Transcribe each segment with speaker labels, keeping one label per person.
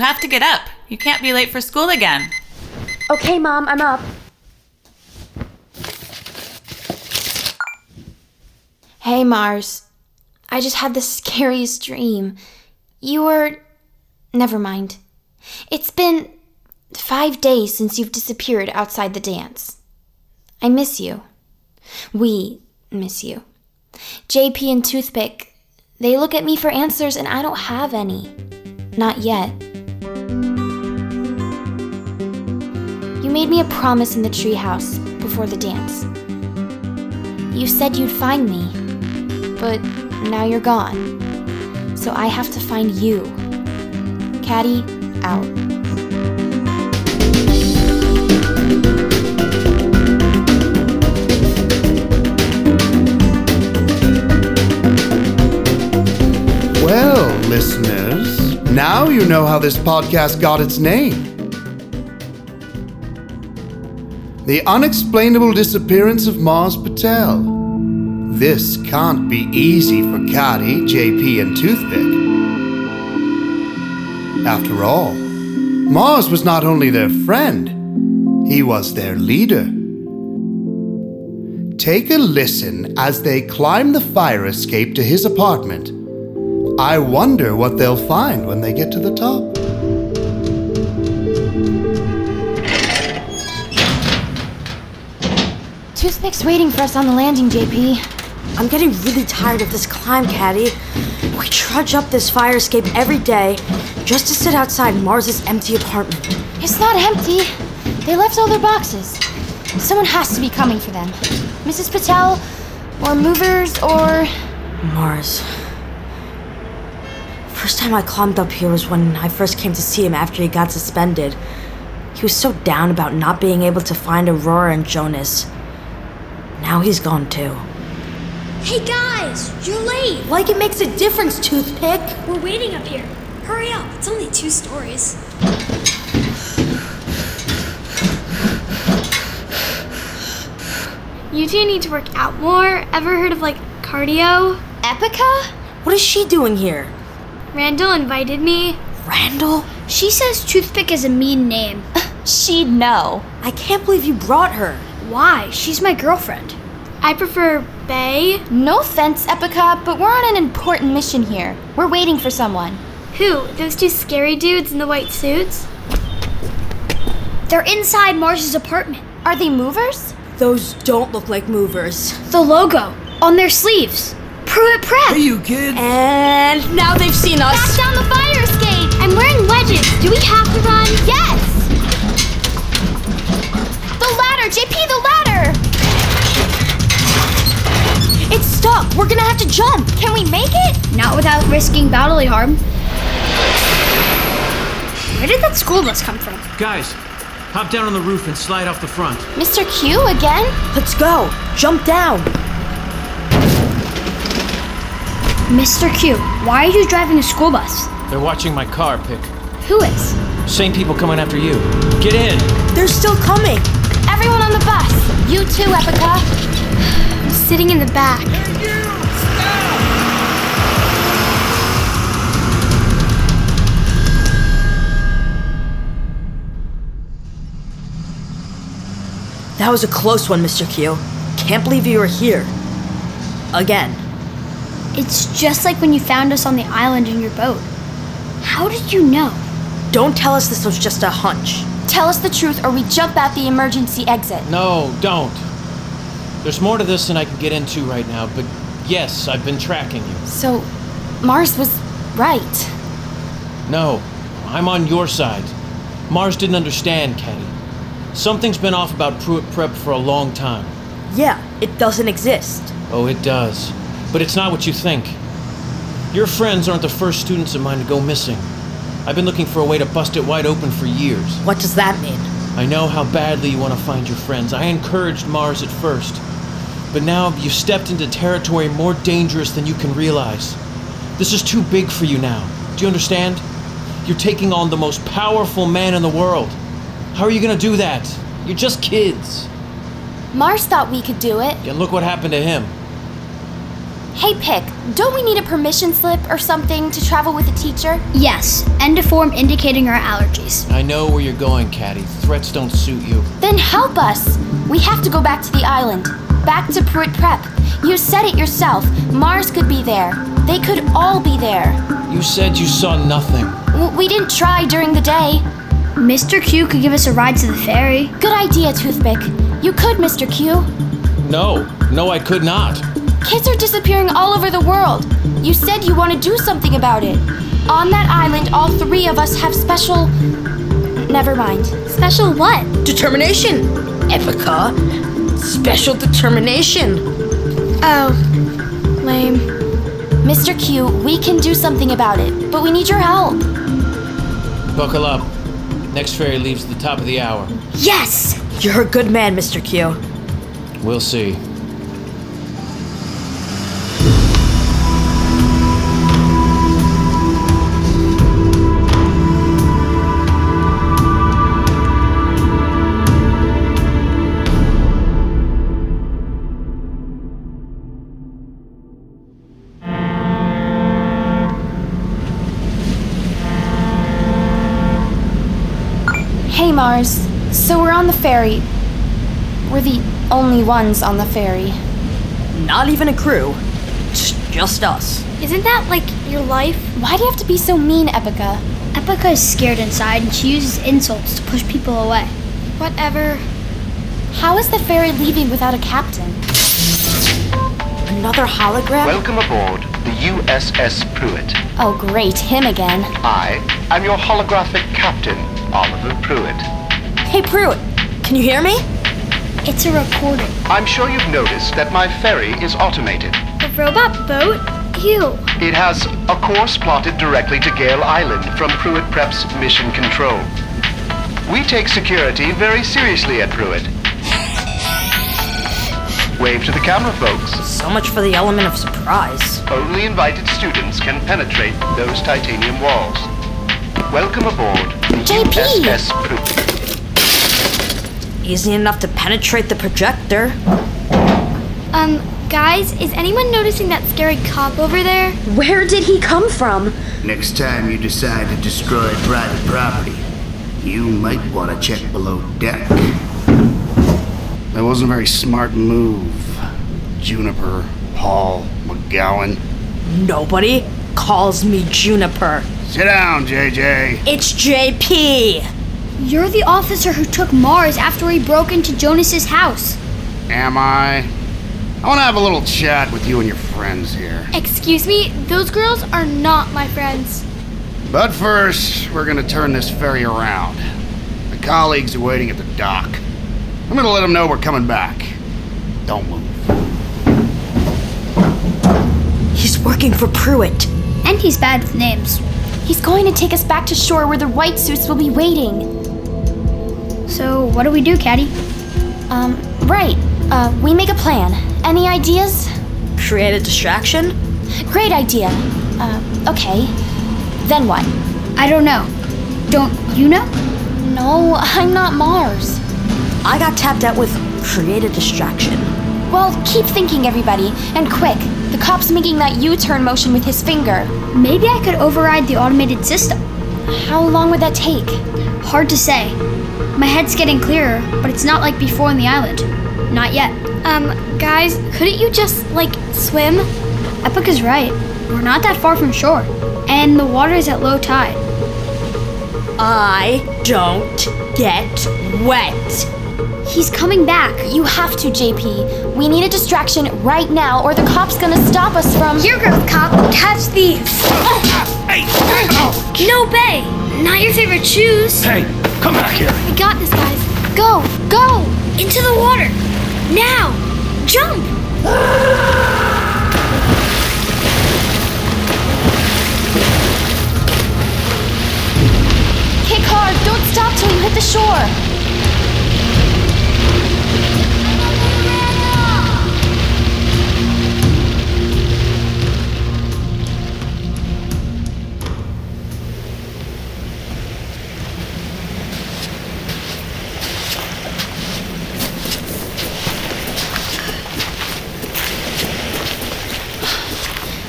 Speaker 1: have to get up. You can't be late for school again.
Speaker 2: Okay, Mom, I'm up.
Speaker 3: Hey, Mars. I just had the scariest dream. You were. Never mind. It's been five days since you've disappeared outside the dance. I miss you. We miss you. JP and Toothpick, they look at me for answers and I don't have any. Not yet. You made me a promise in the treehouse before the dance. You said you'd find me, but now you're gone. So I have to find you. Caddy, out.
Speaker 4: Well, listeners, now you know how this podcast got its name. The unexplainable disappearance of Mars Patel. This can't be easy for Caddy, JP, and Toothpick. After all, Mars was not only their friend, he was their leader. Take a listen as they climb the fire escape to his apartment. I wonder what they'll find when they get to the top.
Speaker 3: Toothpick's waiting for us on the landing, JP.
Speaker 5: I'm getting really tired of this climb, Caddy. We trudge up this fire escape every day just to sit outside Mars's empty apartment.
Speaker 3: It's not empty. They left all their boxes. Someone has to be coming for them. Mrs. Patel, or movers, or.
Speaker 5: Mars. First time I climbed up here was when I first came to see him after he got suspended. He was so down about not being able to find Aurora and Jonas. Now he's gone too.
Speaker 6: Hey guys, you're late.
Speaker 5: Like it makes a difference, Toothpick.
Speaker 6: We're waiting up here. Hurry up, it's only two stories.
Speaker 7: You two need to work out more. Ever heard of like cardio?
Speaker 3: Epica?
Speaker 5: What is she doing here?
Speaker 7: Randall invited me.
Speaker 5: Randall?
Speaker 6: She says Toothpick is a mean name.
Speaker 3: She'd know.
Speaker 5: I can't believe you brought her.
Speaker 6: Why? She's my girlfriend.
Speaker 7: I prefer Bay.
Speaker 3: No offense, Epica, but we're on an important mission here. We're waiting for someone.
Speaker 7: Who? Those two scary dudes in the white suits?
Speaker 6: They're inside Mars's apartment.
Speaker 3: Are they movers?
Speaker 5: Those don't look like movers.
Speaker 6: The logo on their sleeves. Pruitt Prep.
Speaker 8: You kid?
Speaker 5: And now they've seen
Speaker 7: Back
Speaker 5: us.
Speaker 7: down the fire escape! I'm wearing wedges. Do we have to run? Yes!
Speaker 3: The ladder, JP, the ladder!
Speaker 5: It's stuck. We're gonna have to jump.
Speaker 3: Can we make it?
Speaker 6: Not without risking bodily harm. Where did that school bus come from?
Speaker 8: Guys, hop down on the roof and slide off the front.
Speaker 3: Mr. Q again?
Speaker 5: Let's go. Jump down.
Speaker 6: Mr. Q, why are you driving a school bus?
Speaker 8: They're watching my car, Pick.
Speaker 6: Who is?
Speaker 8: Same people coming after you. Get in!
Speaker 5: They're still coming.
Speaker 3: Everyone on the bus! You too, Epica.
Speaker 7: I'm sitting in the back.
Speaker 5: That was a close one, Mr. Q. Can't believe you were here. Again.
Speaker 6: It's just like when you found us on the island in your boat. How did you know?
Speaker 5: Don't tell us this was just a hunch.
Speaker 3: Tell us the truth or we jump at the emergency exit.
Speaker 8: No, don't. There's more to this than I can get into right now, but yes, I've been tracking you.
Speaker 3: So, Mars was right.
Speaker 8: No, I'm on your side. Mars didn't understand, Caddy. Something's been off about Pruitt Prep for a long time.
Speaker 5: Yeah, it doesn't exist.
Speaker 8: Oh, it does. But it's not what you think. Your friends aren't the first students of mine to go missing. I've been looking for a way to bust it wide open for years.
Speaker 5: What does that mean?
Speaker 8: I know how badly you want to find your friends. I encouraged Mars at first. But now you've stepped into territory more dangerous than you can realize. This is too big for you now. Do you understand? You're taking on the most powerful man in the world. How are you going to do that? You're just kids.
Speaker 3: Mars thought we could do it.
Speaker 8: And look what happened to him.
Speaker 3: Hey, Pick, don't we need a permission slip or something to travel with a teacher?
Speaker 6: Yes, end of form indicating our allergies.
Speaker 8: I know where you're going, Caddy. Threats don't suit you.
Speaker 3: Then help us! We have to go back to the island, back to Pruitt Prep. You said it yourself. Mars could be there. They could all be there.
Speaker 8: You said you saw nothing.
Speaker 3: W- We didn't try during the day.
Speaker 6: Mr. Q could give us a ride to the ferry.
Speaker 3: Good idea, Toothpick. You could, Mr. Q.
Speaker 8: No, no, I could not.
Speaker 3: Kids are disappearing all over the world. You said you want to do something about it. On that island, all three of us have special. Never mind.
Speaker 6: Special what?
Speaker 5: Determination! Epica! Special determination!
Speaker 6: Oh, lame.
Speaker 3: Mr. Q, we can do something about it, but we need your help.
Speaker 8: Buckle up. Next ferry leaves at the top of the hour.
Speaker 6: Yes!
Speaker 5: You're a good man, Mr. Q.
Speaker 8: We'll see.
Speaker 3: Hey, Mars. So we're on the ferry. We're the only ones on the ferry.
Speaker 5: Not even a crew. It's just us.
Speaker 6: Isn't that like your life?
Speaker 3: Why do you have to be so mean, Epica?
Speaker 6: Epica is scared inside and she uses insults to push people away.
Speaker 3: Whatever. How is the ferry leaving without a captain?
Speaker 5: Another hologram?
Speaker 9: Welcome aboard the USS Pruitt.
Speaker 3: Oh, great, him again.
Speaker 9: I am your holographic captain, Oliver Pruitt.
Speaker 5: hey, Pruitt, can you hear me?
Speaker 6: It's a recording.
Speaker 9: I'm sure you've noticed that my ferry is automated.
Speaker 6: A robot boat? Ew.
Speaker 9: It has a course plotted directly to Gale Island from Pruitt Prep's Mission Control. We take security very seriously at Pruitt. Wave to the camera, folks.
Speaker 5: So much for the element of surprise.
Speaker 9: Only invited students can penetrate those titanium walls. Welcome aboard the
Speaker 3: JP.
Speaker 9: USS Pruitt.
Speaker 5: Easy enough to penetrate the projector.
Speaker 7: Um, guys, is anyone noticing that scary cop over there?
Speaker 2: Where did he come from?
Speaker 10: Next time you decide to destroy private property, you might want to check below deck. That wasn't a very smart move, Juniper, Paul, McGowan.
Speaker 5: Nobody calls me Juniper.
Speaker 10: Sit down, JJ.
Speaker 5: It's JP!
Speaker 6: You're the officer who took Mars after he broke into Jonas's house.
Speaker 10: Am I? I want to have a little chat with you and your friends here.
Speaker 7: Excuse me, those girls are not my friends.
Speaker 10: But first, we're going to turn this ferry around. The colleagues are waiting at the dock. I'm going to let them know we're coming back. Don't move.
Speaker 5: He's working for Pruitt.
Speaker 6: And he's bad with names.
Speaker 3: He's going to take us back to shore where the white suits will be waiting.
Speaker 6: So, what do we do, Caddy?
Speaker 3: Um, right. Uh, we make a plan. Any ideas?
Speaker 5: Create a distraction?
Speaker 3: Great idea. Uh, okay. Then what?
Speaker 6: I don't know. Don't you know?
Speaker 3: No, I'm not Mars.
Speaker 5: I got tapped out with create a distraction.
Speaker 3: Well, keep thinking, everybody, and quick. The cop's making that U turn motion with his finger.
Speaker 6: Maybe I could override the automated system.
Speaker 3: How long would that take?
Speaker 6: Hard to say. My head's getting clearer, but it's not like before on the island. Not yet.
Speaker 7: Um, guys, couldn't you just, like, swim?
Speaker 6: Epica's right. We're not that far from shore, and the water is at low tide.
Speaker 5: I don't get wet.
Speaker 6: He's coming back.
Speaker 3: You have to, JP. We need a distraction right now, or the cop's gonna stop us from.
Speaker 7: Your growth cop, catch the. No bay! Not your favorite shoes!
Speaker 9: Hey, come back here.
Speaker 7: I got this, guys. Go! Go! Into the water! Now! Jump!
Speaker 3: Kick hard! Don't stop till you hit the shore!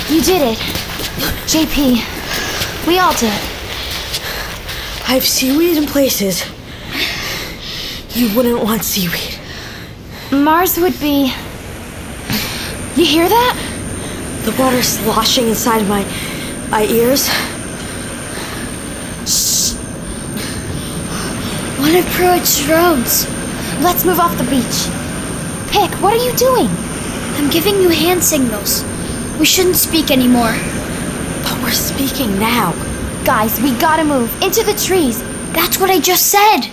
Speaker 3: You did it. JP, we all did.
Speaker 5: I've seaweed in places you wouldn't want seaweed.
Speaker 3: Mars would be. You hear that?
Speaker 5: The water sloshing inside my my ears.
Speaker 7: Shh. One of Pruitt's roads.
Speaker 3: Let's move off the beach. Pick, what are you doing?
Speaker 7: I'm giving you hand signals. We shouldn't speak anymore.
Speaker 5: But we're speaking now.
Speaker 3: Guys, we gotta move into the trees.
Speaker 7: That's what I just said.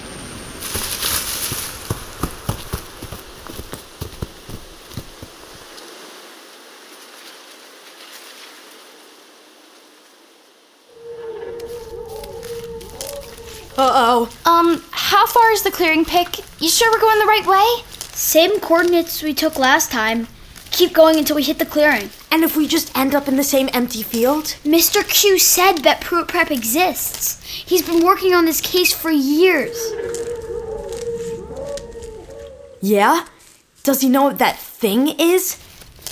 Speaker 5: Uh
Speaker 3: oh. Um, how far is the clearing, Pick? You sure we're going the right way?
Speaker 7: Same coordinates we took last time. Keep going until we hit the clearing.
Speaker 5: And if we just end up in the same empty field?
Speaker 7: Mr. Q said that Pruitt Prep exists. He's been working on this case for years.
Speaker 5: Yeah? Does he know what that thing is?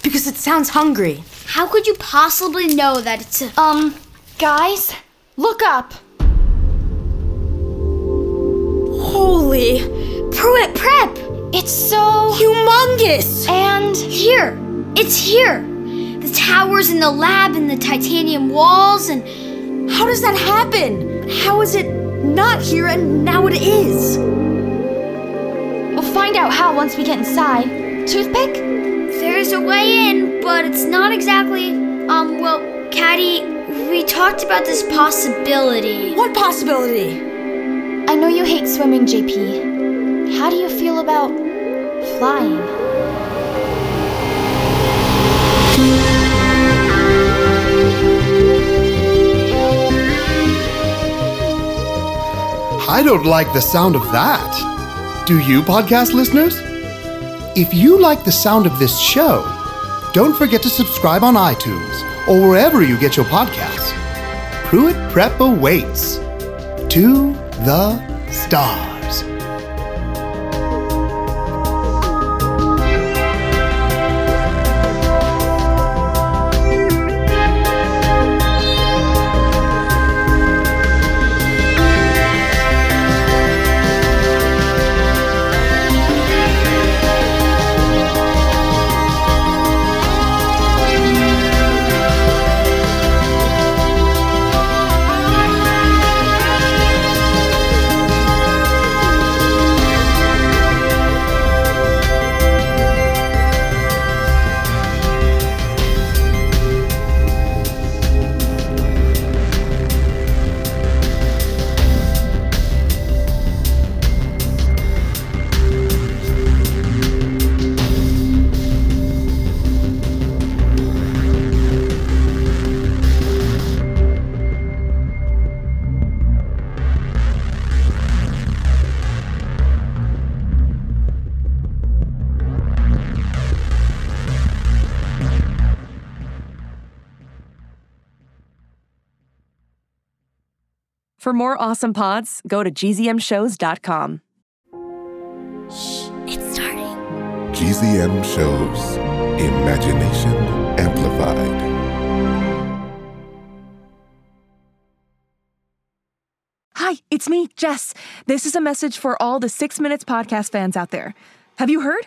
Speaker 5: Because it sounds hungry.
Speaker 7: How could you possibly know that it's a.
Speaker 3: Um, guys, look up.
Speaker 5: Holy.
Speaker 7: Pruitt Prep!
Speaker 3: It's so.
Speaker 5: humongous!
Speaker 3: And.
Speaker 7: Here! It's here! The towers and the lab and the titanium walls and.
Speaker 5: How does that happen? How is it not here and now it is?
Speaker 3: We'll find out how once we get inside. Toothpick?
Speaker 7: There's a way in, but it's not exactly. Um, well, Caddy, we talked about this possibility.
Speaker 5: What possibility?
Speaker 3: I know you hate swimming, JP. How do you feel about flying?
Speaker 4: I don't like the sound of that. Do you, podcast listeners? If you like the sound of this show, don't forget to subscribe on iTunes or wherever you get your podcasts. Pruitt Prep awaits to the stars.
Speaker 9: For more awesome pods, go to gzmshows.com.
Speaker 7: Shh, it's starting.
Speaker 11: GZM Shows Imagination Amplified.
Speaker 9: Hi, it's me, Jess. This is a message for all the Six Minutes podcast fans out there. Have you heard?